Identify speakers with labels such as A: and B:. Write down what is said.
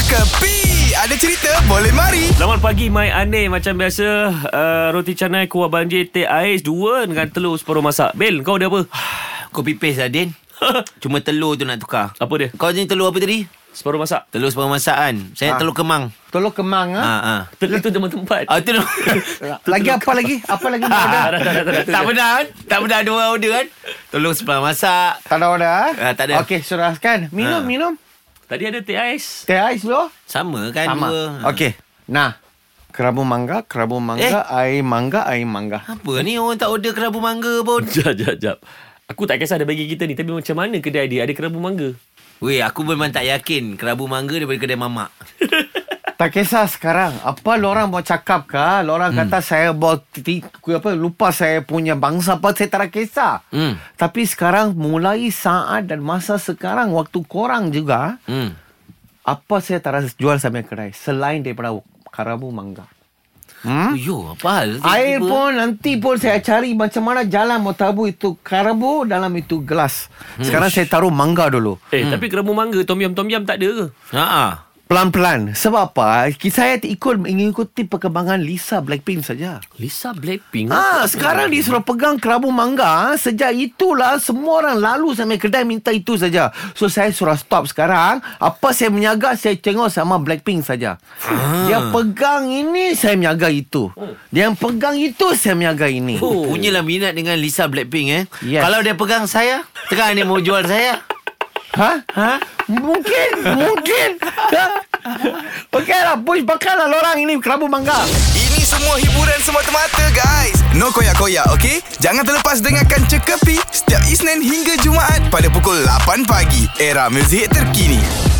A: Kepi Ada cerita boleh mari
B: Selamat pagi Mai Ane Macam biasa uh, Roti canai Kuah banjir Teh ais Dua dengan telur Separuh masak Bil kau ada apa?
C: Kopi paste lah Din Cuma telur tu nak tukar
B: Apa dia?
C: Kau ni telur apa tadi?
B: Separuh masak
C: Telur separuh masakan
D: Ah.
C: Saya ha. telur kemang
D: Tolong kemang
C: ha.
D: ha?
C: ha.
B: Telur tu teman tempat
C: Ah, telur
D: Lagi apa lagi? Apa lagi nak ada?
B: Ah, dah, dah, dah, dah, dah,
C: Tak
B: dah.
C: pernah kan? Tak pernah ada orang order kan? Telur separuh masak
D: Tak ada order ah?
C: Ah, tak ada.
D: Okey, surahkan.
C: Ah.
D: Minum, minum.
B: Tadi ada teh ais
D: Teh ais dulu.
C: Sama kan
D: Sama.
C: dua
D: Okey. Nah. Kerabu mangga, kerabu mangga,
C: Eh.
D: air mangga, air mangga.
C: Apa ni orang tak order kerabu mangga pun
B: Jap jap jap Aku tak kisah dia bagi kita ni Tapi macam mana kedai dia Ada kerabu mangga
C: Weh aku memang tak yakin Kerabu mangga daripada kedai mamak
D: Tak kisah sekarang. Apa lorang mau cakap ke? Lorang kata
C: Hmm.
D: saya bawa ti- ku- apa lupa saya punya bangsa apa saya tak kisah.
C: Hmm.
D: Tapi sekarang mulai saat dan masa sekarang waktu korang juga
C: Hmm
D: apa saya tak rasa jual sampai kedai selain daripada kerabu mangga.
C: Oh,
D: Hmm?
C: yo, apa hal?
D: Air
C: Tiba-tiba-
D: pun nanti pun saya cari macam mana jalan mau tabu itu karabu dalam itu gelas.
C: Hmm.
D: Sekarang saya taruh mangga dulu.
B: Eh hmm. tapi kerabu mangga Tom yam tom yam tak ada ke?
C: Ha ah.
D: Pelan-pelan. Sebab apa? Saya ikut mengikuti perkembangan Lisa Blackpink saja.
B: Lisa Blackpink
D: Ah, sekarang dia suruh pegang kerabu mangga. ah. Sejak itulah semua orang lalu sampai kedai minta itu saja. So saya suruh stop sekarang. Apa saya menyaga saya tengok sama Blackpink saja.
C: Ah.
D: Dia pegang ini saya menyaga itu. Dia yang pegang itu saya menyaga ini.
C: Oh. Punyalah minat dengan Lisa Blackpink eh.
D: Yes.
C: Kalau dia pegang saya, tengah ni mau jual saya.
D: Ha? Ha? Mungkin Mungkin Ha? Okey lah Push bakal lah lorang ini Kerabu mangga
A: Ini semua hiburan semata-mata guys No koyak-koyak ok Jangan terlepas dengarkan Cekapi Setiap Isnin hingga Jumaat Pada pukul 8 pagi Era muzik terkini